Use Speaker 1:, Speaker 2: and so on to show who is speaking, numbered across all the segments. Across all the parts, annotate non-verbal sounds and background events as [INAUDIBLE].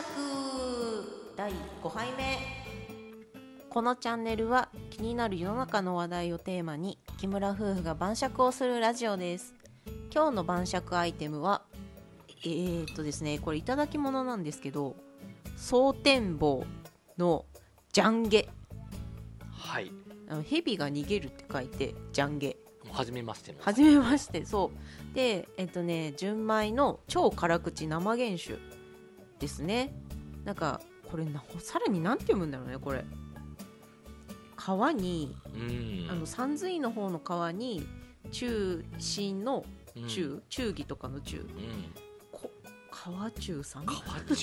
Speaker 1: 爵第5杯目このチャンネルは気になる世の中の話題をテーマに木村夫婦が晩酌をするラジオです今日の晩酌アイテムはえー、っとですねこれいただき物なんですけど蒼天棒のジャンゲ
Speaker 2: はい。
Speaker 1: あの蛇が逃げるって書いてジャンゲ
Speaker 2: もう初めましての。
Speaker 1: 初めましてそうでえっとね純米の超辛口生原酒ですねなんかこれなさらに何て読むんだろうねこれ川に
Speaker 2: うん。
Speaker 1: あの三髄の方の川に中心の
Speaker 2: うん
Speaker 1: 中、。中義とかの中
Speaker 2: うん。
Speaker 1: こ川中さん
Speaker 2: 川中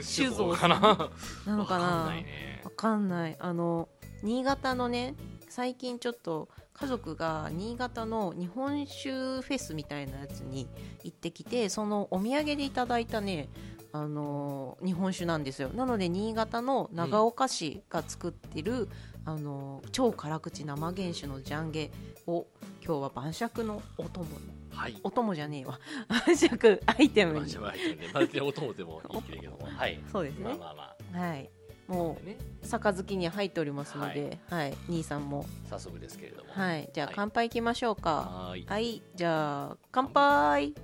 Speaker 2: 酒
Speaker 1: 造
Speaker 2: 造かな。わ
Speaker 1: なのかな
Speaker 2: かんないね
Speaker 1: わ。かんないあの新潟のね最近ちょっと家族が新潟の日本酒フェスみたいなやつに行ってきてそのお土産でいただいたねあのー日本酒なんですよなので新潟の長岡市が作ってる、あのー超辛口生原酒のジャンゲを今日は晩酌のお供の
Speaker 2: はい。
Speaker 1: お供じゃねえわ晩酌アイテム
Speaker 2: 晩
Speaker 1: に
Speaker 2: 酌は入ってるね。まあ、でも、ともでもいいけれども。はい。
Speaker 1: そうですね、
Speaker 2: まあまあま
Speaker 1: はい
Speaker 2: あ。
Speaker 1: も
Speaker 2: ね。
Speaker 1: う杯に入っておりますので、はい、兄さんも
Speaker 2: 早速ですけれども。い。
Speaker 1: はい、じゃあ乾杯いきましょうか。
Speaker 2: はーい。
Speaker 1: はい、じゃあ乾杯。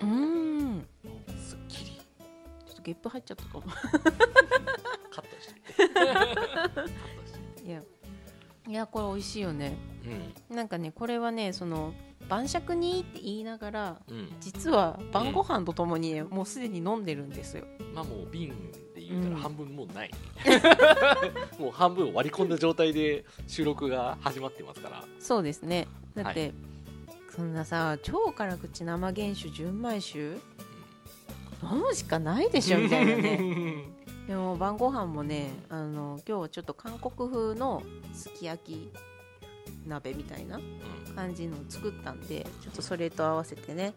Speaker 1: うーん、
Speaker 2: すっきり。
Speaker 1: ちょっとゲップ入っちゃった [LAUGHS] かも。
Speaker 2: カットして。カットして。
Speaker 1: いや、いやこれ美味しいよね。
Speaker 2: うん。
Speaker 1: なんかね、これはね、その晩酌にって言いながら。
Speaker 2: うん。
Speaker 1: 実は晩ご飯とともにね、もうすでに飲んでるんですよ。
Speaker 2: まあ、もう瓶で言うた
Speaker 1: うん
Speaker 2: ら、半分もうない。もう半分割り込んだ状態で、収録が始まってますから。
Speaker 1: そうですね。だって、
Speaker 2: は
Speaker 1: そんなさ超辛口生原酒純米酒飲むしかないでしょみたいなね [LAUGHS] でも晩ご飯もねあの今日はちょっと韓国風のすき焼き鍋みたいな
Speaker 2: うん。
Speaker 1: 感じの作ったんでちょっとそれと合わせてね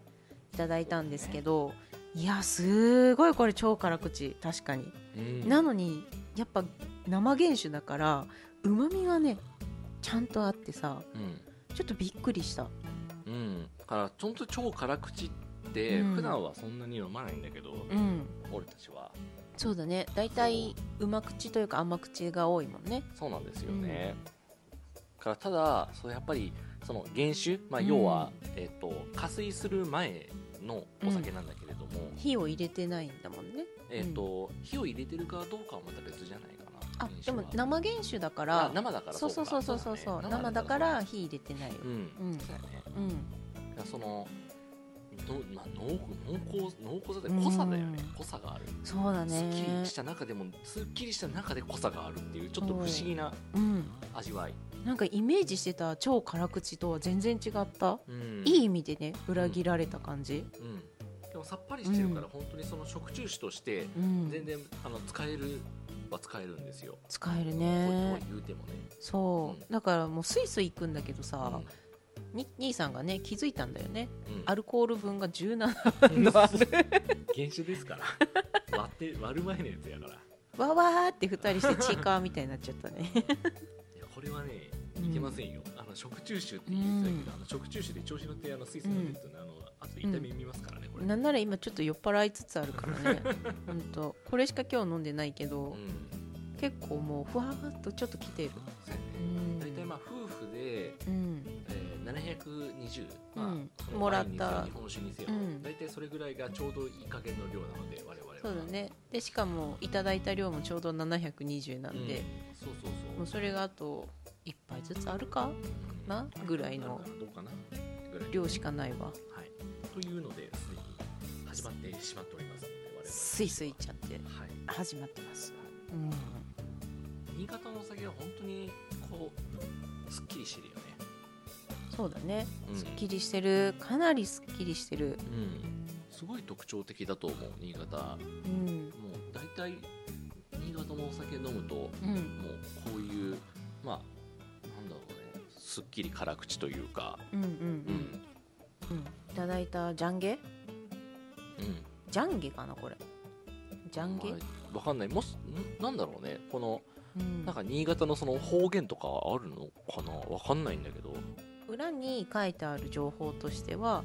Speaker 1: いただいたんですけどいやすごいこれ超辛口確かに、
Speaker 2: うん
Speaker 1: なのにやっぱ生原酒だからうまみがねちゃんとあってさ
Speaker 2: うん
Speaker 1: ちょっとびっくりした
Speaker 2: うん、だから本当超辛口って、
Speaker 1: うん
Speaker 2: 普段はそんなに飲まないんだけど、
Speaker 1: うん
Speaker 2: 俺たちは
Speaker 1: そうだね大体うま口というか甘口が多いもんね
Speaker 2: そうなんですよね、からただそれやっぱりその原酒、まあ、要は、えっと加水する前のお酒なんだけれども、
Speaker 1: 火を入れてないんだもんね
Speaker 2: えっと火を入れてるかどうかはまた別じゃないかな
Speaker 1: あ
Speaker 2: 原
Speaker 1: で
Speaker 2: 酒は
Speaker 1: も生原酒だか
Speaker 2: あ
Speaker 1: ら
Speaker 2: 生だから
Speaker 1: そうそうそうそうそうそう生だから火入れてないよ
Speaker 2: う、ん、
Speaker 1: うん
Speaker 2: そうだね
Speaker 1: うん、
Speaker 2: だからそののまあ、濃濃厚濃厚さで
Speaker 1: うん
Speaker 2: 濃さだよね濃さがある
Speaker 1: そうだ
Speaker 2: すっき
Speaker 1: ね
Speaker 2: りした中でもすっきりした中で濃さがあるっていうちょっと不思議な
Speaker 1: うん
Speaker 2: 味わい、
Speaker 1: なんかイメージしてた超辛口とは全然違った、
Speaker 2: うん
Speaker 1: いい意味でね裏切られた感じ、
Speaker 2: うん、でもさっぱりしてるか
Speaker 1: う
Speaker 2: ら本当にその食中酒として
Speaker 1: うん
Speaker 2: 全然あの使えるは使えるんですよ、
Speaker 1: 使える
Speaker 2: こう
Speaker 1: ね
Speaker 2: こう言うてもね、
Speaker 1: そう、
Speaker 2: うん
Speaker 1: だからもうスイスイ行くんだけどさ、
Speaker 2: う
Speaker 1: に兄さんがね気づいたんだよね
Speaker 2: んうん
Speaker 1: アルコール分が17
Speaker 2: うん
Speaker 1: 度ある [LAUGHS]
Speaker 2: 原酒ですから割って割る前のやつ
Speaker 1: [LAUGHS]
Speaker 2: やから
Speaker 1: わわーって二人してチーカーみたいになっちゃったね
Speaker 2: いやこれはね
Speaker 1: うん
Speaker 2: いけませんよ、あの食中酒って言ってたけど、あの食中酒で調子乗ってあの水素が出るとね、あのあと痛み見ますからね、これ、
Speaker 1: なんなら今ちょっと酔っ払いつつあるから
Speaker 2: [LAUGHS]
Speaker 1: ねほんとこれしか今日飲んでないけど、
Speaker 2: うん
Speaker 1: 結構もうふわーっとちょっと来てる
Speaker 2: そうやね
Speaker 1: うん
Speaker 2: 大体まあ夫婦で、
Speaker 1: うん
Speaker 2: えー、720、まあ
Speaker 1: うん
Speaker 2: その
Speaker 1: もらった
Speaker 2: ワインにせよ日本酒にせよ、
Speaker 1: うん
Speaker 2: 大体それぐらいがちょうどいい加減の量なので我々は
Speaker 1: そうだねでしかもいただいた量もちょうど720な
Speaker 2: うん
Speaker 1: んで、
Speaker 2: そうそう
Speaker 1: もう
Speaker 2: そう
Speaker 1: それがあと1杯ずつあるか
Speaker 2: うん
Speaker 1: なぐらいの
Speaker 2: あるかなどうかなぐらい
Speaker 1: 量しかないわ
Speaker 2: はいというのですでに始まってしまっておりますので我々
Speaker 1: スイスイいっちゃ
Speaker 2: ゃ
Speaker 1: って
Speaker 2: はい
Speaker 1: 始まってますうん
Speaker 2: 新潟のお酒は本当にこうすっきりしてるよね
Speaker 1: そうだね、
Speaker 2: うん
Speaker 1: すっきりしてるかなりすっきりしてる
Speaker 2: うんすごい特徴的だと思う新潟もう
Speaker 1: うん
Speaker 2: 大体新潟のお酒飲むと
Speaker 1: うん
Speaker 2: もうこういうまあなんだろうねすっきり辛口というか
Speaker 1: うんうん
Speaker 2: う
Speaker 1: うん
Speaker 2: ん
Speaker 1: うんいただいたジャンゲ
Speaker 2: うん
Speaker 1: ジャンゲかなこれジャンゲ、
Speaker 2: まあわかんないもしんなんだろうねこの
Speaker 1: うん
Speaker 2: なんか新潟のその方言とかあるのかなわかんないんだけど
Speaker 1: 裏蔵に書いてある情報としては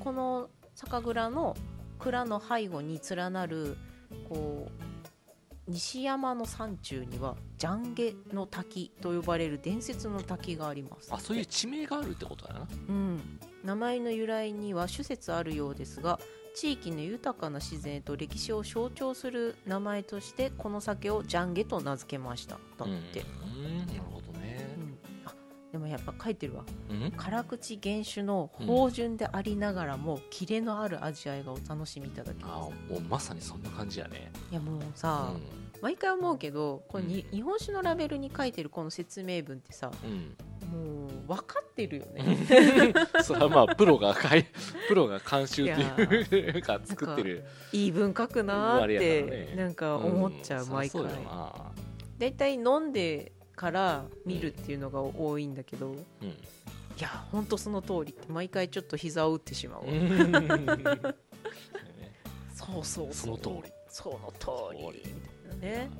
Speaker 1: この酒蔵の蔵の背後に連なるこう西山の山中にはジャンゲの滝と呼ばれる伝説の滝があります
Speaker 2: あそういう地名があるってことだな
Speaker 1: うん、名前の由来には諸説あるようですが地域の豊かな自然と歴史を象徴する名前としてこの酒をジャンゲと名付けましただって、
Speaker 2: うんなるほどね
Speaker 1: うんあでもやっぱ書いてるわ
Speaker 2: うん
Speaker 1: 辛口原酒の芳醇でありながらも、キレのある味わいがお楽しみいただけ
Speaker 2: あ
Speaker 1: ます
Speaker 2: もうまさにそんな感じやね
Speaker 1: いやもうさ、毎回思うけどこれに、
Speaker 2: うん
Speaker 1: 日本酒のラベルに書いてるこの説明文ってさ
Speaker 2: うん、うん
Speaker 1: もう分かってるよね、
Speaker 2: [LAUGHS] それはまあプロがかいプロが監修
Speaker 1: いや
Speaker 2: っていうか作ってる
Speaker 1: いい文書くなーっ
Speaker 2: あれやから
Speaker 1: て
Speaker 2: ね
Speaker 1: なんか思っちゃう、
Speaker 2: ん
Speaker 1: 毎
Speaker 2: そ
Speaker 1: 回
Speaker 2: りゃそうだよな
Speaker 1: だいたい飲んでから見るっていうのが多いんだけど、いやほんとその通りって毎回ちょっと膝を打ってしまう、
Speaker 2: うん
Speaker 1: そうそうそう
Speaker 2: [LAUGHS] その通り
Speaker 1: その通り
Speaker 2: 通り
Speaker 1: みたいなね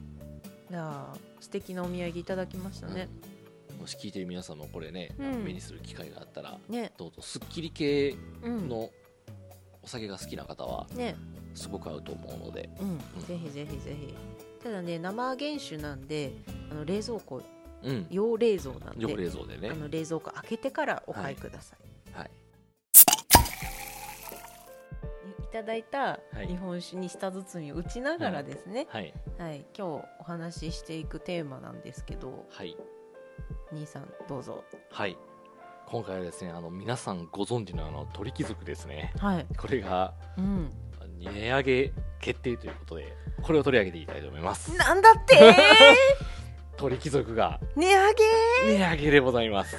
Speaker 1: いやー素敵なお土産いただきましたね、
Speaker 2: うんもし聞いてる皆さんもこれね、
Speaker 1: うん
Speaker 2: 目にする機会があったら
Speaker 1: ね
Speaker 2: どうぞすっきり系
Speaker 1: うん
Speaker 2: のお酒が好きな方は
Speaker 1: ね
Speaker 2: すごく合うと思うので、
Speaker 1: うん、
Speaker 2: うん
Speaker 1: ぜひぜひぜひただね生原酒なんであの冷蔵庫
Speaker 2: うん、
Speaker 1: 要冷蔵なんで
Speaker 2: よく冷蔵でね
Speaker 1: あの冷蔵庫開けてからお買いください、
Speaker 2: はい、
Speaker 1: いただいた
Speaker 2: はい
Speaker 1: 日本酒に舌包みを打ちながらですね、
Speaker 2: はい
Speaker 1: はい今日お話ししていくテーマなんですけど
Speaker 2: はい
Speaker 1: 兄さんどうぞ
Speaker 2: はい今回はですねあの皆さんご存知のあの鳥貴族ですね
Speaker 1: はい、
Speaker 2: これが
Speaker 1: うん、
Speaker 2: 値上げ決定ということでこれを取り上げていきたいと思います
Speaker 1: なんだって
Speaker 2: 鳥貴族が
Speaker 1: [LAUGHS] 値上げ
Speaker 2: 値上げでございます、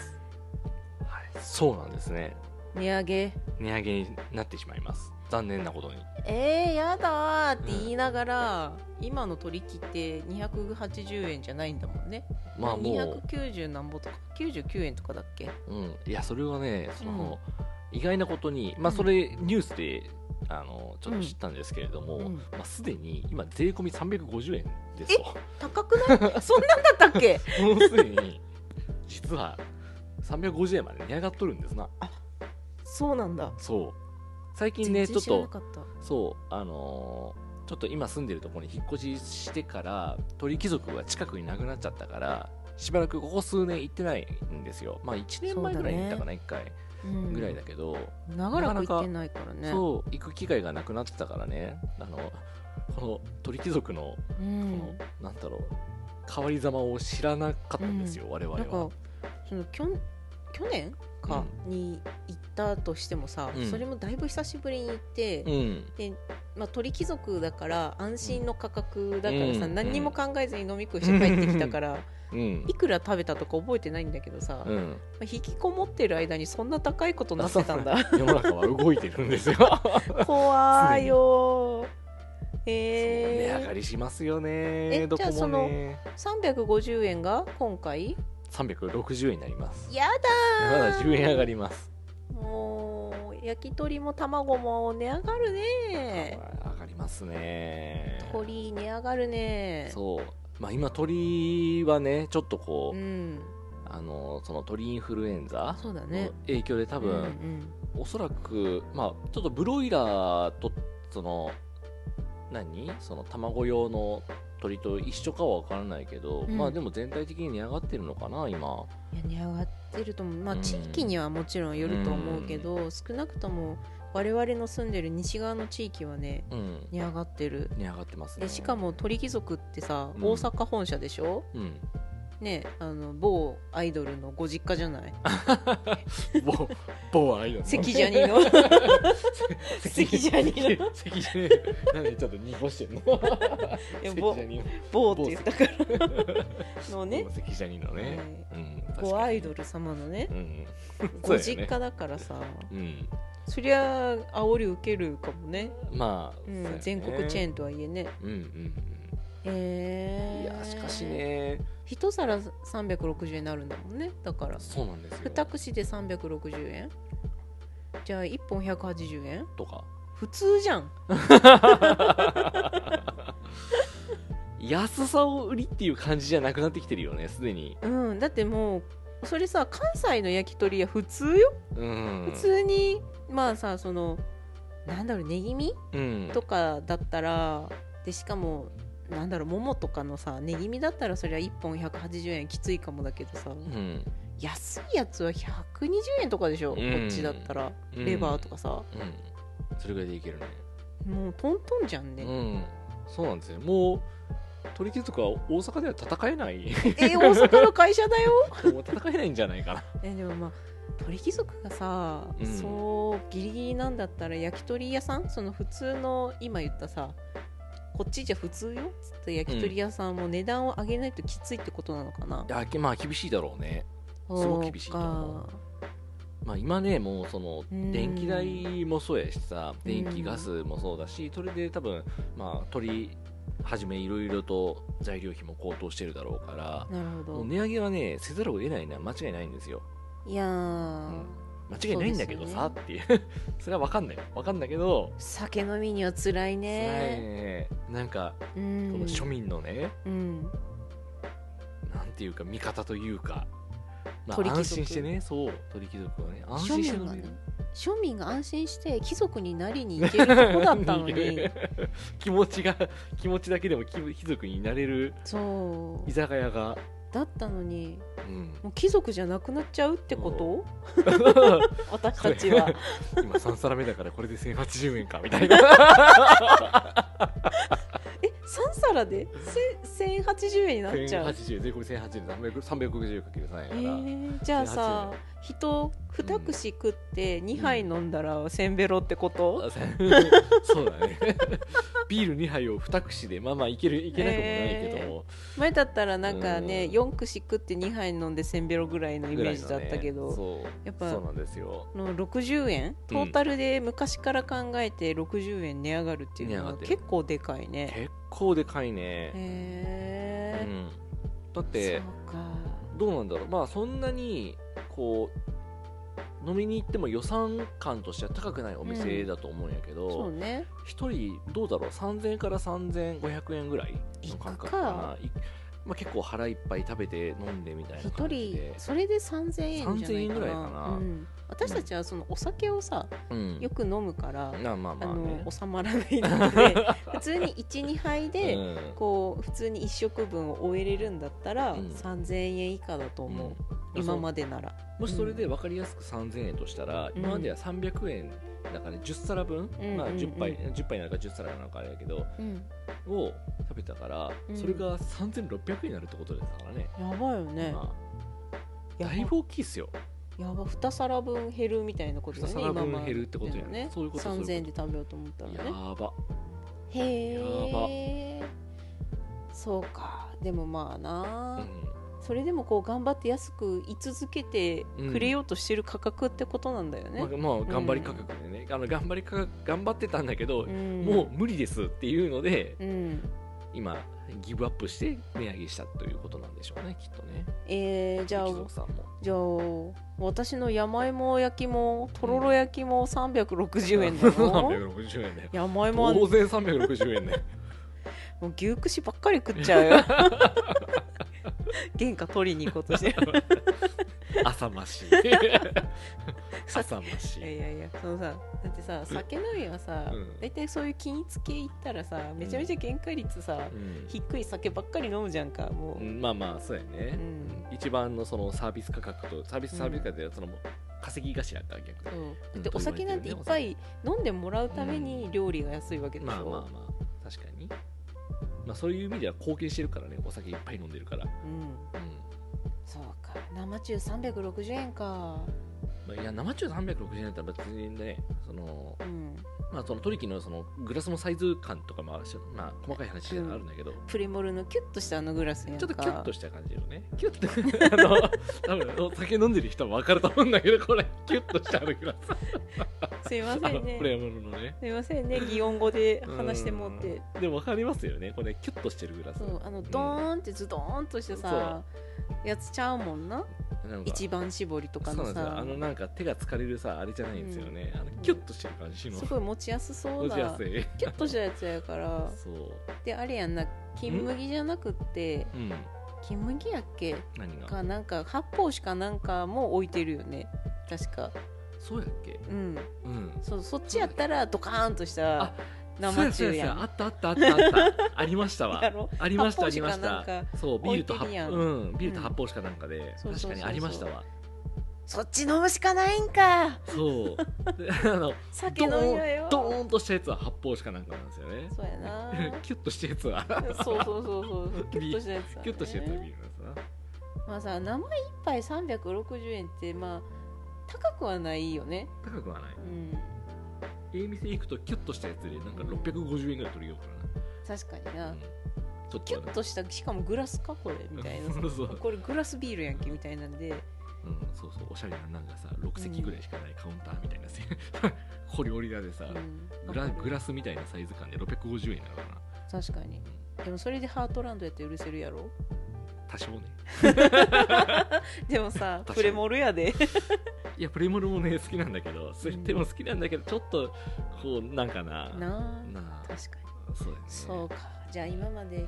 Speaker 2: はい、そうなんですね
Speaker 1: 値上げ
Speaker 2: 値上げになってしまいます残念なことに
Speaker 1: えー、やだーって言いながら、今の取り切って280円じゃないんだもんね
Speaker 2: まあも
Speaker 1: 290なんぼとか99円とかだっけ
Speaker 2: う、うん、いやそれはねその、意外なことにまあそれニュースであのちょっと知ったんですけれども、
Speaker 1: うん
Speaker 2: まあ、すでに今税込み350円ですと
Speaker 1: 高くない [LAUGHS] そんなんだったっけ
Speaker 2: [LAUGHS] もうすでに実は350円まで値上がっとるんですな
Speaker 1: そうなんだ
Speaker 2: そう最近ねちょっ
Speaker 1: 知らな
Speaker 2: と
Speaker 1: かった
Speaker 2: そうあのーちょっと今住んでるところに引っ越ししてから鳥貴族が近くになくなっちゃったからしばらくここ数年行ってないんですよまあ1年前ぐらいに行ったかな、1回
Speaker 1: うん
Speaker 2: ぐらいだけど、
Speaker 1: 長ら
Speaker 2: なか
Speaker 1: く
Speaker 2: なか
Speaker 1: 行ってないからね
Speaker 2: そう行く機会がなくなってたからねあのこの鳥貴族の
Speaker 1: う
Speaker 2: この、
Speaker 1: ん
Speaker 2: なんだろう変わりざまを知らなかったんですよ、我々
Speaker 1: な
Speaker 2: は
Speaker 1: んかそのきょん去年かに行ったとしてもさ、
Speaker 2: うん
Speaker 1: それもだいぶ久しぶりに行って、
Speaker 2: うん
Speaker 1: まあ、鳥貴族だから安心の価格だからさ、
Speaker 2: うん
Speaker 1: 何にも考えずに飲み食いして帰ってきたから、
Speaker 2: うん
Speaker 1: [LAUGHS] いくら食べたとか覚えてないんだけどさ、
Speaker 2: う
Speaker 1: ま
Speaker 2: ん
Speaker 1: あ引きこもってる間にそんな高いことになってたんだ
Speaker 2: 世の中は動いてるん
Speaker 1: [LAUGHS]
Speaker 2: ですよ
Speaker 1: 怖い
Speaker 2: [LAUGHS]
Speaker 1: よー
Speaker 2: 値上が
Speaker 1: えー、
Speaker 2: りしますよね
Speaker 1: え
Speaker 2: ど
Speaker 1: じゃあ
Speaker 2: こ
Speaker 1: そ
Speaker 2: も
Speaker 1: の
Speaker 2: ね
Speaker 1: 350円が今回
Speaker 2: 360円になります
Speaker 1: や
Speaker 2: ま
Speaker 1: だー
Speaker 2: だ10円上がります、
Speaker 1: もう焼き鳥も卵も値上がるね
Speaker 2: 上がりますね
Speaker 1: 鳥値上がるね
Speaker 2: そうまあ今鳥はねちょっとこう、
Speaker 1: ん
Speaker 2: あのその鳥インフルエンザ
Speaker 1: そうだね
Speaker 2: の影響で多分、
Speaker 1: うん
Speaker 2: おそらくまあちょっとブロイラーとその何その卵用の鳥と一緒かは分からないけど、
Speaker 1: うん
Speaker 2: まあでも全体的に値上がってるのかな今
Speaker 1: うん、いや値上がってると思うまあ
Speaker 2: うん
Speaker 1: 地域にはもちろんよると思うけど、少なくとも我々の住んでる西側の地域はね
Speaker 2: うん
Speaker 1: 値上がってる
Speaker 2: 値上がってますね
Speaker 1: でしかも鳥貴族ってさ、
Speaker 2: うん
Speaker 1: 大阪本社でしょ
Speaker 2: うん
Speaker 1: ねあの某アイドルのご実家じゃない
Speaker 2: 某某アイド
Speaker 1: [LAUGHS]
Speaker 2: ル
Speaker 1: 関ジャニの関ジャニ
Speaker 2: の関ジャニなんでちょっと濁してんの関ジ
Speaker 1: 某
Speaker 2: ャニの
Speaker 1: 某って言ったからのね
Speaker 2: 今関ジャニのね、うん確かに
Speaker 1: ごアイドル様のね
Speaker 2: うん
Speaker 1: ご
Speaker 2: そうだ
Speaker 1: 実
Speaker 2: よね
Speaker 1: 家だからさ
Speaker 2: うん
Speaker 1: そりゃ煽り受けるかもね、
Speaker 2: まあ、
Speaker 1: うん
Speaker 2: そうやね
Speaker 1: 全国チェーンとはいえね
Speaker 2: うんうんう
Speaker 1: へ
Speaker 2: ん
Speaker 1: え
Speaker 2: いやしかしね
Speaker 1: 一皿360円になるんだもんねだから
Speaker 2: そうなんですよ
Speaker 1: 2口で360円じゃあ1本180円
Speaker 2: とか
Speaker 1: 普通じゃん
Speaker 2: 安さを売りっていう感じじゃなくなってきてるよねすでに
Speaker 1: うんだってもうそれさ関西の焼き鳥屋普通よ、
Speaker 2: うん
Speaker 1: 普通にまあさそのなんだろうねぎみ
Speaker 2: うん
Speaker 1: とかだったらでしかもなんだろう桃とかのさねぎみだったらそりゃ1本180円きついかもだけどさ
Speaker 2: うん
Speaker 1: 安いやつは120円とかでしょ、
Speaker 2: ん
Speaker 1: こっちだったら
Speaker 2: うん
Speaker 1: レバーとかさ、
Speaker 2: うんそれぐらいでいけるね
Speaker 1: もうトントンじゃんね、
Speaker 2: うんそうなんですよもう鳥貴族は大阪では戦えない
Speaker 1: え大阪の会社だよ
Speaker 2: [LAUGHS] もう戦えないんじゃないかな
Speaker 1: [LAUGHS] えでもまあ鳥貴族がさ、
Speaker 2: うん
Speaker 1: そうギリギリなんだったら焼き鳥屋さんその普通の今言ったさこっちじゃ普通よっつって焼き鳥屋さんも値段を上げないときついってことなのかな、
Speaker 2: いやまあ厳しいだろうねすごい厳しいと思うまあ今ねもうその
Speaker 1: うん
Speaker 2: 電気代もそうやしさ
Speaker 1: うん
Speaker 2: 電気ガスもそうだしそれで多分まあ鳥はじめいろいろと材料費も高騰してるだろうから
Speaker 1: なるほど
Speaker 2: もう値上げはねせざるを得ないのは間違いないんですよ
Speaker 1: いやー、
Speaker 2: うん間違いないんだけどさ、っていう [LAUGHS] それは分かんない分かんないけど
Speaker 1: 酒飲みには辛い
Speaker 2: 辛い
Speaker 1: ね
Speaker 2: ねなんか
Speaker 1: うん
Speaker 2: この庶民のね、
Speaker 1: うん
Speaker 2: なんていうか味方というか、ま
Speaker 1: 鳥
Speaker 2: あ、
Speaker 1: 貴族
Speaker 2: 安心してねそう鳥貴族はね安
Speaker 1: 庶
Speaker 2: 心し
Speaker 1: 民
Speaker 2: て飲
Speaker 1: が
Speaker 2: め
Speaker 1: ね
Speaker 2: る
Speaker 1: 庶民が安心して貴族になりに行けるとこだった
Speaker 2: [LAUGHS]
Speaker 1: のに
Speaker 2: 気持ちが気持ちだけでも貴貴族になれる
Speaker 1: そう
Speaker 2: 居酒屋が、
Speaker 1: だったのに
Speaker 2: うん、
Speaker 1: もう貴族じゃなくなっちゃうってこと [LAUGHS] 私たちは
Speaker 2: [LAUGHS] 今3皿目だからこれで1080円かみ
Speaker 1: [LAUGHS]
Speaker 2: たいな
Speaker 1: え3皿でせ1080円になっちゃう
Speaker 2: 1080円税込み1080円360かける3や
Speaker 1: え
Speaker 2: から、
Speaker 1: ーじゃあさ人2串食って2杯飲んだらせんべろってこと、
Speaker 2: そうだねビール2杯を2串でまあまあいけるいけなくもないけども、
Speaker 1: 前だったらなんかね、
Speaker 2: うん
Speaker 1: 4串食って2杯飲んでせんべろぐらいのイ
Speaker 2: ぐ
Speaker 1: メ
Speaker 2: ら
Speaker 1: ー
Speaker 2: いのね
Speaker 1: ジだったけど、
Speaker 2: そう
Speaker 1: やっぱ
Speaker 2: そうなんですよ
Speaker 1: の60円
Speaker 2: う
Speaker 1: ト
Speaker 2: ん
Speaker 1: ータルで昔から考えて60円値上がるっていうの
Speaker 2: 値上が
Speaker 1: は
Speaker 2: ってる
Speaker 1: 結構でかいね
Speaker 2: 結構でかいね、う
Speaker 1: へえ
Speaker 2: ん、だって
Speaker 1: そうか
Speaker 2: どうなんだろうまあそんなにこう飲みに行っても予算感としては高くないお店だと思うんやけ
Speaker 1: そ
Speaker 2: ど、
Speaker 1: うね
Speaker 2: 一人どうだろう3000円から3500円ぐらいの感
Speaker 1: いく
Speaker 2: 覚か
Speaker 1: か
Speaker 2: ないまあ、結構腹いっぱい食べて飲んでみたいな
Speaker 1: 一
Speaker 2: 感じ
Speaker 1: 人
Speaker 2: で、
Speaker 1: それで3000円じゃない
Speaker 2: 3000円
Speaker 1: か
Speaker 2: ぐ
Speaker 1: な
Speaker 2: らいかな
Speaker 1: うん私たちはそのお酒をさ
Speaker 2: うん、
Speaker 1: よく飲むから、
Speaker 2: まあまあ
Speaker 1: あ
Speaker 2: まあね
Speaker 1: の収まらないので
Speaker 2: [LAUGHS]
Speaker 1: 普通に12杯で、
Speaker 2: うん
Speaker 1: こう普通に1食分を終えれるんだったら、
Speaker 2: うん
Speaker 1: 3000円以下だと思う、
Speaker 2: うん
Speaker 1: 今までなら
Speaker 2: もしそれで分かりやすく3000円としたら、
Speaker 1: ん
Speaker 2: 今までは300円だから、ね、10皿分、
Speaker 1: うん
Speaker 2: まあ、
Speaker 1: うん
Speaker 2: 10杯、
Speaker 1: う
Speaker 2: 10杯なのか10皿なのかあれだけど
Speaker 1: うん
Speaker 2: を食べたから、
Speaker 1: うん
Speaker 2: それが3600円になるってことですからね、
Speaker 1: やばいよね
Speaker 2: まあ、
Speaker 1: や
Speaker 2: だ
Speaker 1: ば
Speaker 2: いぶ大きいですよ
Speaker 1: やば2皿分減るみたいなことだよね
Speaker 2: 二皿分
Speaker 1: 今まで
Speaker 2: 減るってことやね
Speaker 1: でもね
Speaker 2: そういうことそういうこと
Speaker 1: 3000円で食べようと思ったらね
Speaker 2: やーば
Speaker 1: へえそうかでもまあな、
Speaker 2: う
Speaker 1: それでもこう頑張って安く居続けてくれようとしてる価格ってことなんだよね、
Speaker 2: んまあ、まあ頑張り価格でね、あの頑張り価格頑張ってたんだけど、
Speaker 1: うん
Speaker 2: もう無理ですっていうので、
Speaker 1: うん
Speaker 2: 今ギブアップして値上げしたということなんでしょうねきっとね
Speaker 1: えーじゃあ
Speaker 2: 貴族さんも
Speaker 1: じゃあ私の山芋焼きもとろろ焼きも360円だ
Speaker 2: [LAUGHS]
Speaker 1: よ、
Speaker 2: 360円だよ
Speaker 1: 山芋はも
Speaker 2: 当然360円ね
Speaker 1: [LAUGHS] う牛串ばっかり食っちゃうよ [LAUGHS] 原価取りに行こうとして
Speaker 2: [LAUGHS]
Speaker 1: る
Speaker 2: 浅
Speaker 1: [LAUGHS]
Speaker 2: ましい浅まし
Speaker 1: いや
Speaker 2: い
Speaker 1: いやいやそのさだってさ酒飲みはさ
Speaker 2: うん
Speaker 1: 大体、そういう均一系行ったらさめちゃめちゃ原価率さ、
Speaker 2: う
Speaker 1: 低い酒ばっかり飲むじゃんかもう、
Speaker 2: ん、まあまあそうやね、
Speaker 1: う
Speaker 2: 一番のそのサービス価格とサービスサービス価格でその稼ぎ頭か逆
Speaker 1: そう
Speaker 2: に、
Speaker 1: だってお酒なんていっぱい飲んでもらうために料理が安いわけでしょ、
Speaker 2: まあまあまあ確かにまあそういう意味では貢献してるからねお酒いっぱい飲んでるから、
Speaker 1: うん
Speaker 2: う
Speaker 1: そうか生中360円か
Speaker 2: んまあ、いや生中360円だったら別にねその
Speaker 1: うん
Speaker 2: まあそのトリキのそのグラスのサイズ感とかもあるし、まあ、細かい話じゃあるんだけど、
Speaker 1: プレモルのキュッとしたあのグラスやんか
Speaker 2: ちょっとキュッとした感じのね。キュッと。あの、多分お酒飲んでる人は分かると思うんだけど、これ、キュッとしたあのグラス。
Speaker 1: すいま
Speaker 2: あ
Speaker 1: せ
Speaker 2: の、 [LAUGHS]
Speaker 1: んね
Speaker 2: プレモルのね。
Speaker 1: すいませんね擬音語で話してもって
Speaker 2: うん。でも分かりますよね。これ、キュッとしてるグラス。
Speaker 1: そうあのドーンってズドーンとしてさ、やつちゃうもんな
Speaker 2: なんか
Speaker 1: 一番搾りとか
Speaker 2: そ
Speaker 1: の
Speaker 2: うなんですよ。
Speaker 1: さ
Speaker 2: あの、なんか手が疲れるさ、あれじゃないんですよね。あのキュッとしてる感じの。
Speaker 1: すごい持ちやすそう
Speaker 2: 持
Speaker 1: な
Speaker 2: ちやすい。
Speaker 1: キュッとしたやつやから
Speaker 2: そう。
Speaker 1: であれやんな金麦じゃなくって
Speaker 2: うん。
Speaker 1: 金麦やっけ
Speaker 2: 何が
Speaker 1: かなんか八方しかなんかも置いてるよね確か
Speaker 2: そうやっけ
Speaker 1: うん
Speaker 2: うん
Speaker 1: そうそっちやったらドカーンとした
Speaker 2: あ
Speaker 1: 生
Speaker 2: そう
Speaker 1: 中
Speaker 2: やそうや
Speaker 1: や
Speaker 2: そうや
Speaker 1: ん
Speaker 2: あったあったあったあった
Speaker 1: [LAUGHS]
Speaker 2: ありました
Speaker 1: や
Speaker 2: わ
Speaker 1: ろ
Speaker 2: ありましたあ
Speaker 1: 発
Speaker 2: り
Speaker 1: 泡
Speaker 2: ま
Speaker 1: 酒
Speaker 2: し
Speaker 1: かなん
Speaker 2: た
Speaker 1: か
Speaker 2: そうビールと
Speaker 1: 置いてるやん
Speaker 2: うんビールと発泡酒かなんかで
Speaker 1: そうそうそう
Speaker 2: 確
Speaker 1: そう
Speaker 2: かにありまし
Speaker 1: [LAUGHS]
Speaker 2: たわ
Speaker 1: そっち飲むしかないんか
Speaker 2: そうであの
Speaker 1: 酒
Speaker 2: ド
Speaker 1: 飲みな
Speaker 2: ー
Speaker 1: よ
Speaker 2: ンドーンとしたやつは発泡酒かなんかなんですよね
Speaker 1: そうや
Speaker 2: [LAUGHS]
Speaker 1: な
Speaker 2: キュッとしたやつは
Speaker 1: そうそうそうそうキュッとしたやつだね
Speaker 2: キュッとしたやつはビールなんですな
Speaker 1: まあさ生一杯360円ってまあ高くはないよね
Speaker 2: 高くはない
Speaker 1: うん
Speaker 2: ええ店行くとキュッとしたやつでなんか650円ぐらい取りよう
Speaker 1: 確かに
Speaker 2: かな、
Speaker 1: な、
Speaker 2: うん、ちょっ
Speaker 1: キュッとしたしかもグラスかこれみたいな
Speaker 2: そうそう
Speaker 1: これグラスビールやんけみたいなんで
Speaker 2: うん、そうそうおしゃれななんかさ6席ぐらいしかないカウンターみたいなさ [LAUGHS] 小料理屋でさ、グラグ
Speaker 1: ラ
Speaker 2: ラスみたいなサイズ感で650円だからな
Speaker 1: 確かにでもそれでハートランドやって許せるやろ
Speaker 2: 多少ね
Speaker 1: でもさ
Speaker 2: 確かに
Speaker 1: プレモルやで
Speaker 2: いやプレモルもね好きなんだけどそれ
Speaker 1: うん
Speaker 2: でも好きなんだけどちょっとこうなんかな
Speaker 1: [LAUGHS] なあ
Speaker 2: なあ
Speaker 1: 確かに
Speaker 2: そうだよね
Speaker 1: そうかじゃあ今まで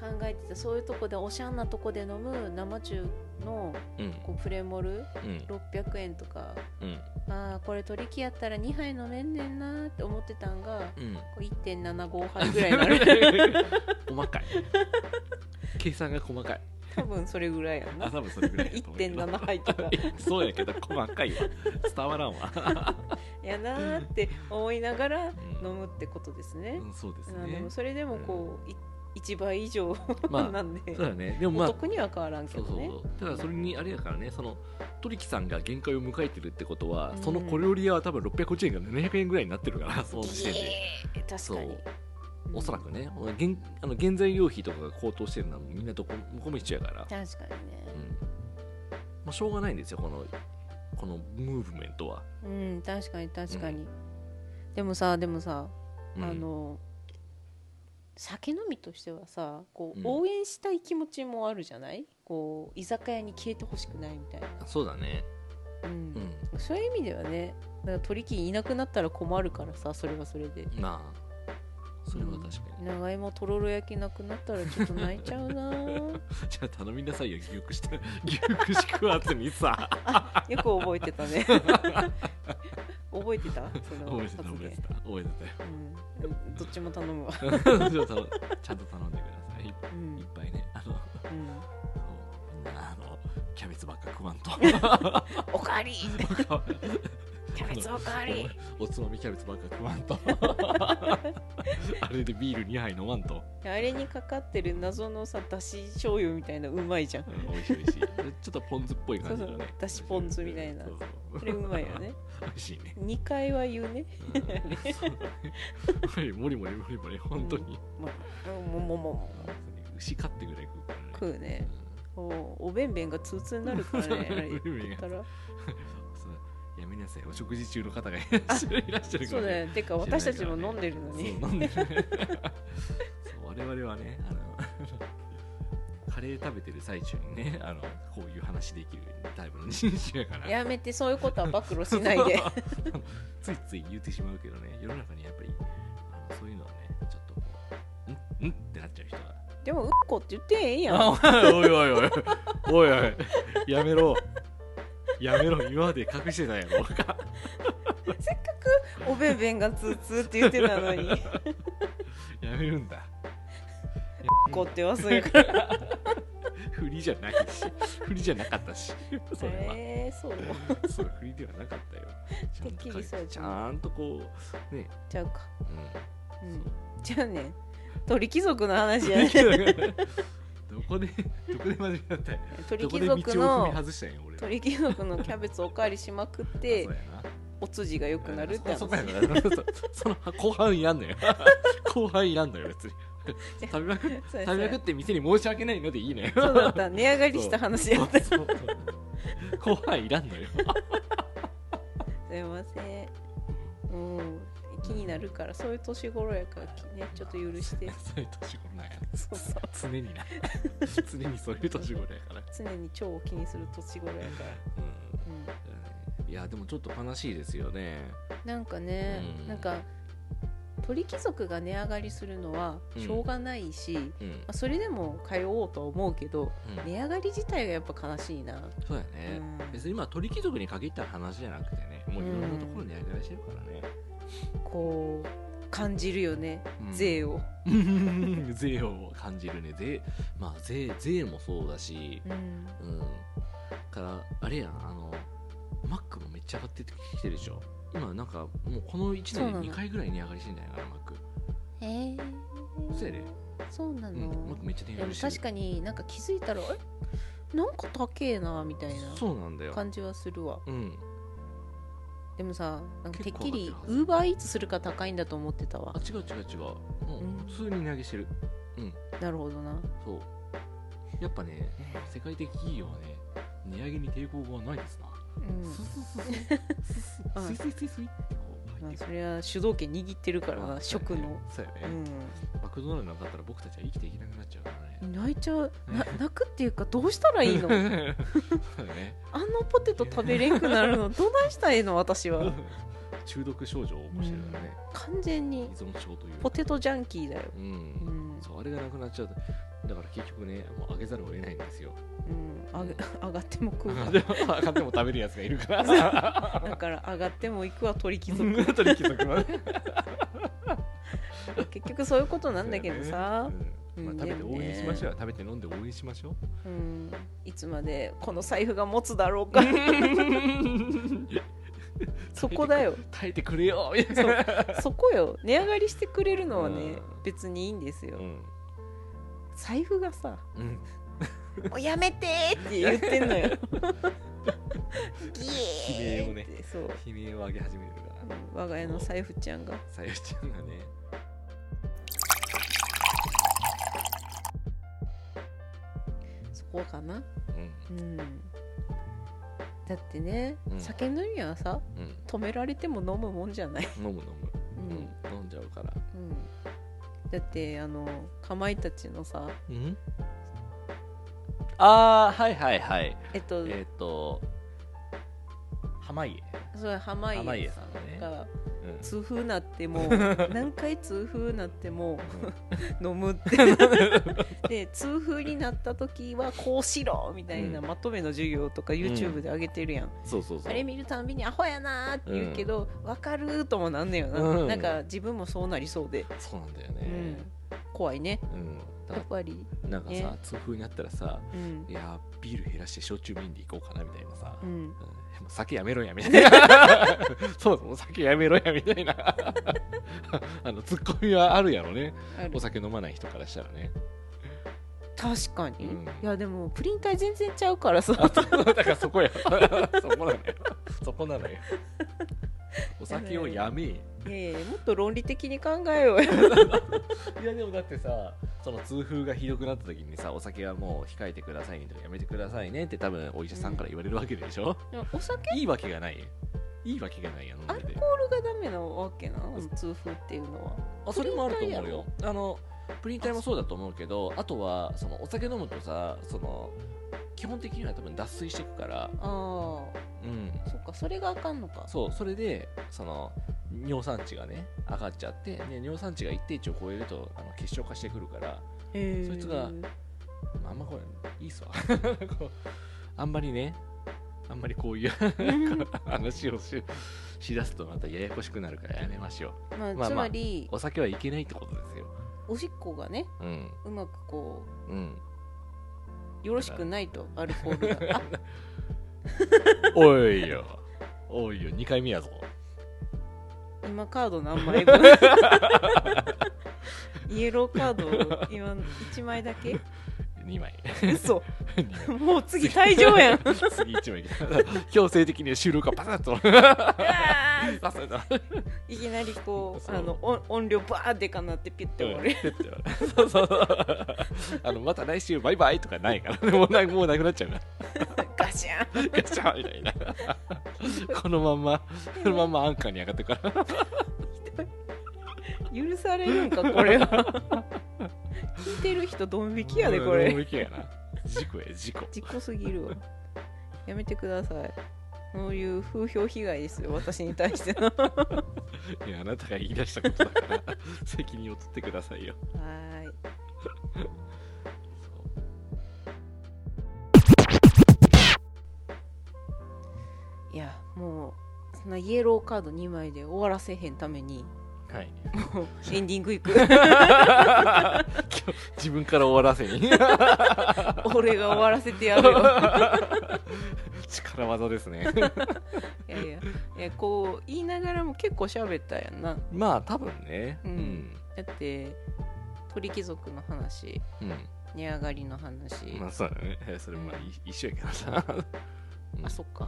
Speaker 1: 考えてたそういうとこでおしゃんなとこで飲む生中の
Speaker 2: うん
Speaker 1: こうプレモル
Speaker 2: うん
Speaker 1: 600円とか
Speaker 2: うん
Speaker 1: ああこれ取り木やったら2杯飲めんねんなーって思ってたんが
Speaker 2: うん
Speaker 1: こう1.75杯ぐらいにな
Speaker 2: [LAUGHS]
Speaker 1: る
Speaker 2: 細かい計算が細かい
Speaker 1: 多分それぐらいやん
Speaker 2: あ
Speaker 1: な
Speaker 2: 多分それぐらいだと思うけど
Speaker 1: 1.7杯
Speaker 2: [LAUGHS]
Speaker 1: とか
Speaker 2: そうやけど細かいわ伝わらんわ、
Speaker 1: やなーって思いながら
Speaker 2: うん
Speaker 1: 飲むってことですね
Speaker 2: う、ん、そうです
Speaker 1: あーで
Speaker 2: ね
Speaker 1: もそれでもこう、い1倍以上
Speaker 2: ま
Speaker 1: [LAUGHS]
Speaker 2: あ
Speaker 1: なんで、
Speaker 2: そうだねでもまあ
Speaker 1: お得には変わらんけ
Speaker 2: そ
Speaker 1: ど
Speaker 2: うそう
Speaker 1: ね
Speaker 2: そうただそれにあれだからねそのトリキさんが限界を迎えてるってことは、
Speaker 1: うん
Speaker 2: その小料理屋は多分650円が700円ぐらいになってるからその時点で
Speaker 1: ギー確かに
Speaker 2: そうおそらくね原あの原材料費とかが高騰してるのはもうみんなどこどこも一緒やから、
Speaker 1: うん確かにね
Speaker 2: うんまあ、しょうがないんですよこのこのムーブメントは、
Speaker 1: うん確かに確かに、でもさでもさ、
Speaker 2: うん
Speaker 1: あの酒飲みとしてはさこう
Speaker 2: うん
Speaker 1: 応援したい気持ちもあるじゃない、こう居酒屋に消えてほしくないみたいな、
Speaker 2: そうだね
Speaker 1: うん
Speaker 2: うん
Speaker 1: そういう意味ではねだから鳥木いなくなったら困るからさそれはそれで
Speaker 2: まあそれは確かに、 [LAUGHS]
Speaker 1: 長芋とろろ焼きなくなったらちょっと泣いちゃうな
Speaker 2: じゃあ頼みなさいよ牛肉した [LAUGHS] 牛肉し食わずにさ
Speaker 1: [LAUGHS] よく覚えてた
Speaker 2: [LAUGHS]
Speaker 1: ね覚えてたその
Speaker 2: 覚え
Speaker 1: 発
Speaker 2: てた
Speaker 1: 言
Speaker 2: 覚えてた覚えてたよ
Speaker 1: うん、どっちも頼
Speaker 2: [LAUGHS]
Speaker 1: むわ、
Speaker 2: ちょっ
Speaker 1: [LAUGHS]
Speaker 2: とちゃんと頼んでください。いっ
Speaker 1: うんう
Speaker 2: ぱいね、あの、
Speaker 1: ん、
Speaker 2: そうみんなあの、キャベツばっか食わんと。
Speaker 1: おかわりキャベ
Speaker 2: 別
Speaker 1: ツおかわり
Speaker 2: おつまみキャベツばっか食わん
Speaker 1: [LAUGHS]
Speaker 2: と。あれでビール2杯飲まんと。
Speaker 1: あれにかかってる謎のさだし醤油みたいなうまいじゃん
Speaker 2: うん美味しい美味しい。ちょっとポン酢っぽい感じだ
Speaker 1: そう
Speaker 2: ね
Speaker 1: そう。だしポン酢みたいな
Speaker 2: そうそう
Speaker 1: それうまいよね。
Speaker 2: [LAUGHS] 美味しいね。
Speaker 1: 2回は言うね
Speaker 2: うんそう [LAUGHS] だねもりもりもりもり、本当に。
Speaker 1: もももも
Speaker 2: 牛飼ってぐらい食うからね。
Speaker 1: 食うねおおべんべんがツーツーになるからねあ
Speaker 2: [LAUGHS]
Speaker 1: れ言ったら
Speaker 2: そうやめなさいお食事中の方がいらっしゃるいらっしゃるか
Speaker 1: そ
Speaker 2: ら
Speaker 1: うだよてか私たちも飲んでるのに
Speaker 2: そう飲んでるそう我々はねあの [LAUGHS] カレー食べてる最中にねあのこういう話できるタイプの人種やから
Speaker 1: やめてそういうことは暴露しないで
Speaker 2: [LAUGHS] ついつい言ってしまうけどね世の中にやっぱりあのそういうのはねちょっとこうんんってなっちゃう人が
Speaker 1: でもうんこって言ってええやん
Speaker 2: あおいおいおいおいおいやめろやめろ今まで隠してたやろ [LAUGHS]
Speaker 1: せっかくおべんべんがツーツーって言ってたの
Speaker 2: [LAUGHS]
Speaker 1: に
Speaker 2: やめるんだ
Speaker 1: うんこって忘れから
Speaker 2: 振りじゃないし振りじゃなかったしそれは、
Speaker 1: えーそう
Speaker 2: そう振りではなかったよちゃんと
Speaker 1: てっきりそうやった
Speaker 2: ちゃんとこうね
Speaker 1: ちゃうかう
Speaker 2: うんん
Speaker 1: じゃあね鳥貴族の話じゃ
Speaker 2: [LAUGHS]
Speaker 1: ない
Speaker 2: そうどこでどこで真面目だったんや
Speaker 1: 鳥
Speaker 2: どこ
Speaker 1: 貴
Speaker 2: で道を
Speaker 1: 族
Speaker 2: 踏み
Speaker 1: の
Speaker 2: 外したんや俺
Speaker 1: 鳥貴族のキャベツおかわりしまくって
Speaker 2: あそうやな
Speaker 1: お通じが良くなるって
Speaker 2: あそ
Speaker 1: 話
Speaker 2: こやな [LAUGHS] そうその後半いらんのよ後半いらんのよ別に
Speaker 1: じゃあ
Speaker 2: 食べまくっ
Speaker 1: そうやそ
Speaker 2: 食
Speaker 1: う
Speaker 2: べま
Speaker 1: や
Speaker 2: くって店に申し訳ないのでいいのよ
Speaker 1: そうだった値上がりした話やったす
Speaker 2: そうそう後半いらんのよ
Speaker 1: いませんうん気になるからそういう年頃やからねちょっと許して
Speaker 2: そういう年頃なんや
Speaker 1: そうそう
Speaker 2: 常にな常にそういう年頃やから、
Speaker 1: 常に腸を気にする年頃やから、
Speaker 2: う
Speaker 1: うん、
Speaker 2: ん、いやでもちょっと悲しいですよね
Speaker 1: なんかね、
Speaker 2: うん
Speaker 1: なんか鳥貴族が値上がりするのは
Speaker 2: うん
Speaker 1: しょうがないし、ま
Speaker 2: うん、
Speaker 1: あ、それでも通おうとは思うけど
Speaker 2: うん
Speaker 1: 値上がり自体がやっぱ悲しいな、
Speaker 2: そうや
Speaker 1: う
Speaker 2: ね、
Speaker 1: ん、
Speaker 2: 別に今鳥貴族に限った話じゃなくてねもういろんなところに値上がりしてるからね、
Speaker 1: こう感じるよね
Speaker 2: うん
Speaker 1: 税を、
Speaker 2: うん [LAUGHS] 税を感じるね税まあ税税もそうだし
Speaker 1: うん
Speaker 2: うんからあれやんあのマックもめっちゃ上がってきてるでしょ今なんかもうこの1
Speaker 1: そうなの
Speaker 2: 年で2回ぐらい値上がりしてんじゃないかなマック
Speaker 1: えー
Speaker 2: そうやで
Speaker 1: そうな
Speaker 2: う
Speaker 1: の、
Speaker 2: んマックめっちゃ値上
Speaker 1: で
Speaker 2: が
Speaker 1: も
Speaker 2: りしてる
Speaker 1: 確かになんか気づいたらあれなんか高えなみたいな
Speaker 2: そうなんだよ
Speaker 1: 感じはするわ
Speaker 2: うん
Speaker 1: でもさなんかてっきり
Speaker 2: 結構上がってるはず
Speaker 1: ウーバーイーツするから高いんだと思ってた
Speaker 2: あ
Speaker 1: わ
Speaker 2: 違う違う違うも
Speaker 1: うん
Speaker 2: う普通に値上げしてる
Speaker 1: なるほどな
Speaker 2: そうやっぱね世界的企業はね値上げに抵抗がないですな
Speaker 1: うん
Speaker 2: ススス
Speaker 1: [LAUGHS] うん
Speaker 2: スススイスイスイスイってこう
Speaker 1: まあ
Speaker 2: 入ってく
Speaker 1: そ
Speaker 2: る
Speaker 1: れは主導権握ってるから
Speaker 2: まあ
Speaker 1: な食の
Speaker 2: そうやね、
Speaker 1: う
Speaker 2: マクドナルドなかったら僕たちは生きていけなくなっちゃうからね
Speaker 1: ん泣いちゃうな泣くっていうかどうしたらいいの
Speaker 2: [LAUGHS]
Speaker 1: あん
Speaker 2: そうだね
Speaker 1: なポテト食べれんくなるのどないしたらいいの私は
Speaker 2: [LAUGHS] 中毒症状を起こしてるからね、
Speaker 1: 完全に
Speaker 2: 依存症というか
Speaker 1: ポテトジャンキーだよ
Speaker 2: うん、
Speaker 1: うん
Speaker 2: そうあれがなくなっちゃうとだから結局ねもうあげざるを得ないんですよ
Speaker 1: うんあ
Speaker 2: [LAUGHS]
Speaker 1: げ上がっても食うわ
Speaker 2: でも上がっても食べるやつがいる [LAUGHS] から
Speaker 1: だから上がっても行くは鳥貴
Speaker 2: そん [LAUGHS]
Speaker 1: 族
Speaker 2: な取貴族はね
Speaker 1: 結局そういうことなんだけどさ、
Speaker 2: うんまあ、食べて応援しましょうよ食べて飲んで応援しましょう
Speaker 1: うん、いつまでこの財布が持つだろうか [LAUGHS] そこだよ
Speaker 2: [LAUGHS] 耐えてくれよみたいな
Speaker 1: そこよ値上がりしてくれるのはね
Speaker 2: [LAUGHS] うん
Speaker 1: 別にいいんですよ
Speaker 2: ん、
Speaker 1: 財布がさ
Speaker 2: うん、
Speaker 1: 「もうやめて!」って言ってんのよギエー
Speaker 2: 悲鳴をね
Speaker 1: ってそう
Speaker 2: 悲鳴を上げ始めるから
Speaker 1: うん我が家の財布ちゃんが
Speaker 2: さゆちゃんがね
Speaker 1: そこかな
Speaker 2: うん
Speaker 1: うんだってね、
Speaker 2: うん
Speaker 1: 酒飲みはさ
Speaker 2: うん
Speaker 1: 止められても飲むもんじゃない、
Speaker 2: 飲む飲む、
Speaker 1: うん
Speaker 2: うん、飲んじゃうから
Speaker 1: うんだってあのかまいたちのさ
Speaker 2: うんああはいはいはい
Speaker 1: えっと、
Speaker 2: えっ、と濱家
Speaker 1: それ濱
Speaker 2: 濱
Speaker 1: 家
Speaker 2: 家
Speaker 1: さ
Speaker 2: さんね
Speaker 1: んが
Speaker 2: うん
Speaker 1: 痛風なっても
Speaker 2: [LAUGHS]
Speaker 1: 何回痛風なっても飲むって [LAUGHS] で痛風になった時はこうしろみたいな
Speaker 2: うん
Speaker 1: まとめの授業とか YouTube で上げてるやん、
Speaker 2: そうそう [LAUGHS] そう
Speaker 1: あれ見るたんびにアホやなーって言うけど、わかるーともなんねよな、
Speaker 2: うん
Speaker 1: なんか自分もそうなりそうで、
Speaker 2: そうなんだよ
Speaker 1: う
Speaker 2: ね
Speaker 1: ん、怖いね
Speaker 2: うん、だ
Speaker 1: やっ
Speaker 2: か
Speaker 1: ぱり、
Speaker 2: らなんか
Speaker 1: ね
Speaker 2: さ痛風になったらさ
Speaker 1: うん
Speaker 2: いやービール減らして焼酎瓶でいこうかなみたいなさ、
Speaker 1: う
Speaker 2: うん
Speaker 1: ん、
Speaker 2: もう酒やめろやみたいな [LAUGHS] そうそう酒やめろやみたいな [LAUGHS] あのツッコミはあるやろね
Speaker 1: ある
Speaker 2: お酒飲まない人からしたらね
Speaker 1: 確かに、
Speaker 2: うん
Speaker 1: いやでもプリン体全然ちゃうからさ
Speaker 2: だからそこや [LAUGHS] そこなのよそこなのよ [LAUGHS] お酒をや [LAUGHS] めい
Speaker 1: いやいやもっと論理的に考えようよ
Speaker 2: やでもだってさその痛風がひどくなった時にさお酒はもう控えてくださいねとかやめてくださいねって多分お医者さんから言われるわけでしょ、
Speaker 1: でもお酒
Speaker 2: いいわけがないいいわけがないやん飲んで
Speaker 1: が
Speaker 2: て
Speaker 1: ダメなわけな痛風っていうのは
Speaker 2: あそれもあると
Speaker 1: プリン
Speaker 2: 思う
Speaker 1: 体やろ
Speaker 2: よあのプリン体もそうだと思うけどあとはそのお酒飲むとさその基本的には多分脱水していくから
Speaker 1: あ
Speaker 2: うん
Speaker 1: あそっかそれがあかんのか
Speaker 2: そうそれでその尿酸値がね上がっちゃってで尿酸値が一定値を超えるとあの結晶化してくるから、
Speaker 1: へー
Speaker 2: そいつがまあ、あんまこれいいっすわ [LAUGHS] こうあんまりねあんまりこういう [LAUGHS] 話をししだすとまたややこしくなるからやめましょ
Speaker 1: まあ
Speaker 2: まあ
Speaker 1: つまり
Speaker 2: うお酒はいけないってことですよ
Speaker 1: おしっこがね
Speaker 2: うん
Speaker 1: うまくこ
Speaker 2: うん
Speaker 1: うよろしくないとアルコールがあ
Speaker 2: おいよおいよ2回目やぞ
Speaker 1: 今カード何枚分 [LAUGHS] イエローカード今1枚だけ
Speaker 2: 2枚
Speaker 1: [LAUGHS] 嘘もう次退場やん
Speaker 2: 次1枚 [LAUGHS] 強制的に収録がパサッと
Speaker 1: あ
Speaker 2: [LAUGHS]
Speaker 1: ー
Speaker 2: パサッと
Speaker 1: [LAUGHS] いきなりこう
Speaker 2: そう
Speaker 1: あの音音量バーでかなってピュッて終わる
Speaker 2: そうそうそうあのまた来週バイバイとかないからねもうなもうなくなっちゃうから
Speaker 1: ガシャン
Speaker 2: ガチャンみたいなこのまんまこのまんまアンカーに上がってくから
Speaker 1: 許されるんかこれは聞いてる人ドン引きやでこ
Speaker 2: ドン
Speaker 1: れ
Speaker 2: 引きやな事故や事故
Speaker 1: 自己すぎるわ [LAUGHS] やめてくださいそういう風評被害ですよ私に対しての
Speaker 2: いやあなたが言い出したことだから責任を取ってくださいよ
Speaker 1: はーい
Speaker 2: そう
Speaker 1: いやもうそんなイエローカード2枚で終わらせへんために
Speaker 2: はい
Speaker 1: もう [LAUGHS] エンディングいく
Speaker 2: 今日自分から終わらせに
Speaker 1: [LAUGHS] 俺が終わらせてやるよ
Speaker 2: 力技ですね
Speaker 1: [LAUGHS] いやいやいやこう言いながらも結構喋ったやんな
Speaker 2: まあ多分ね
Speaker 1: う
Speaker 2: うんん、
Speaker 1: だって鳥貴族の話
Speaker 2: うん
Speaker 1: 値上がりの話、
Speaker 2: まあそうだねえそれまあい一緒やけどさ
Speaker 1: あそっか
Speaker 2: う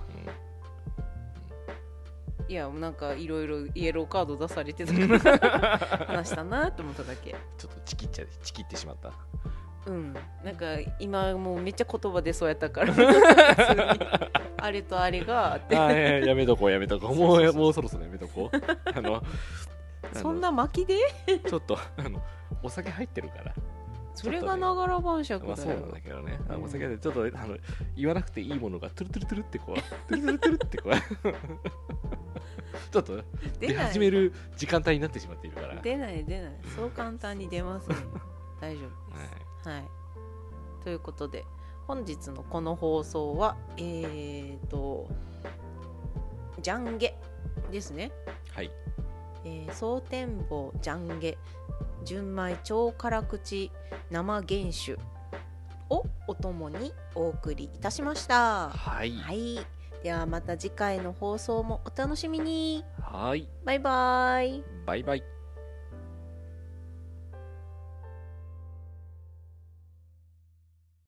Speaker 2: ん
Speaker 1: いやなんかいろいろイエローカード出されてたから
Speaker 2: [LAUGHS]
Speaker 1: 話したなと思っただけ
Speaker 2: ちょっとチキっちゃチキってしまった
Speaker 1: うんなんか今もうめっちゃ言葉出そうやった
Speaker 2: [LAUGHS]
Speaker 1: から普通にあれとあれがあって
Speaker 2: あーいややめとこうやめと [LAUGHS] こうもうもうそろそろやめと [LAUGHS] こうあのあの
Speaker 1: そんな巻きで
Speaker 2: ちょっとあのお酒入ってるから
Speaker 1: それがながら晩酌
Speaker 2: まあそう
Speaker 1: だ
Speaker 2: な
Speaker 1: よ
Speaker 2: んだけどね、あ
Speaker 1: うん
Speaker 2: お酒でちょっとあの言わなくていいものがトゥルトゥルトゥルってこうトゥルトゥルトゥルってこう [LAUGHS] ちょっと
Speaker 1: 出
Speaker 2: 出
Speaker 1: ない
Speaker 2: 始める時間帯になってしまっているから
Speaker 1: 出ない出ないそう簡単に出ま
Speaker 2: [LAUGHS]
Speaker 1: せんよ大丈夫です、はい、ということで本日のこの放送はえー、とジャンゲですね、
Speaker 2: はい、
Speaker 1: えー、蒼天坊ジャンゲ純米超辛口生原酒をお供にお送りいたしました
Speaker 2: はい
Speaker 1: は
Speaker 2: はい
Speaker 1: いではまた次回の放送もお楽しみに
Speaker 2: はい
Speaker 1: バイバイ
Speaker 2: バイバイ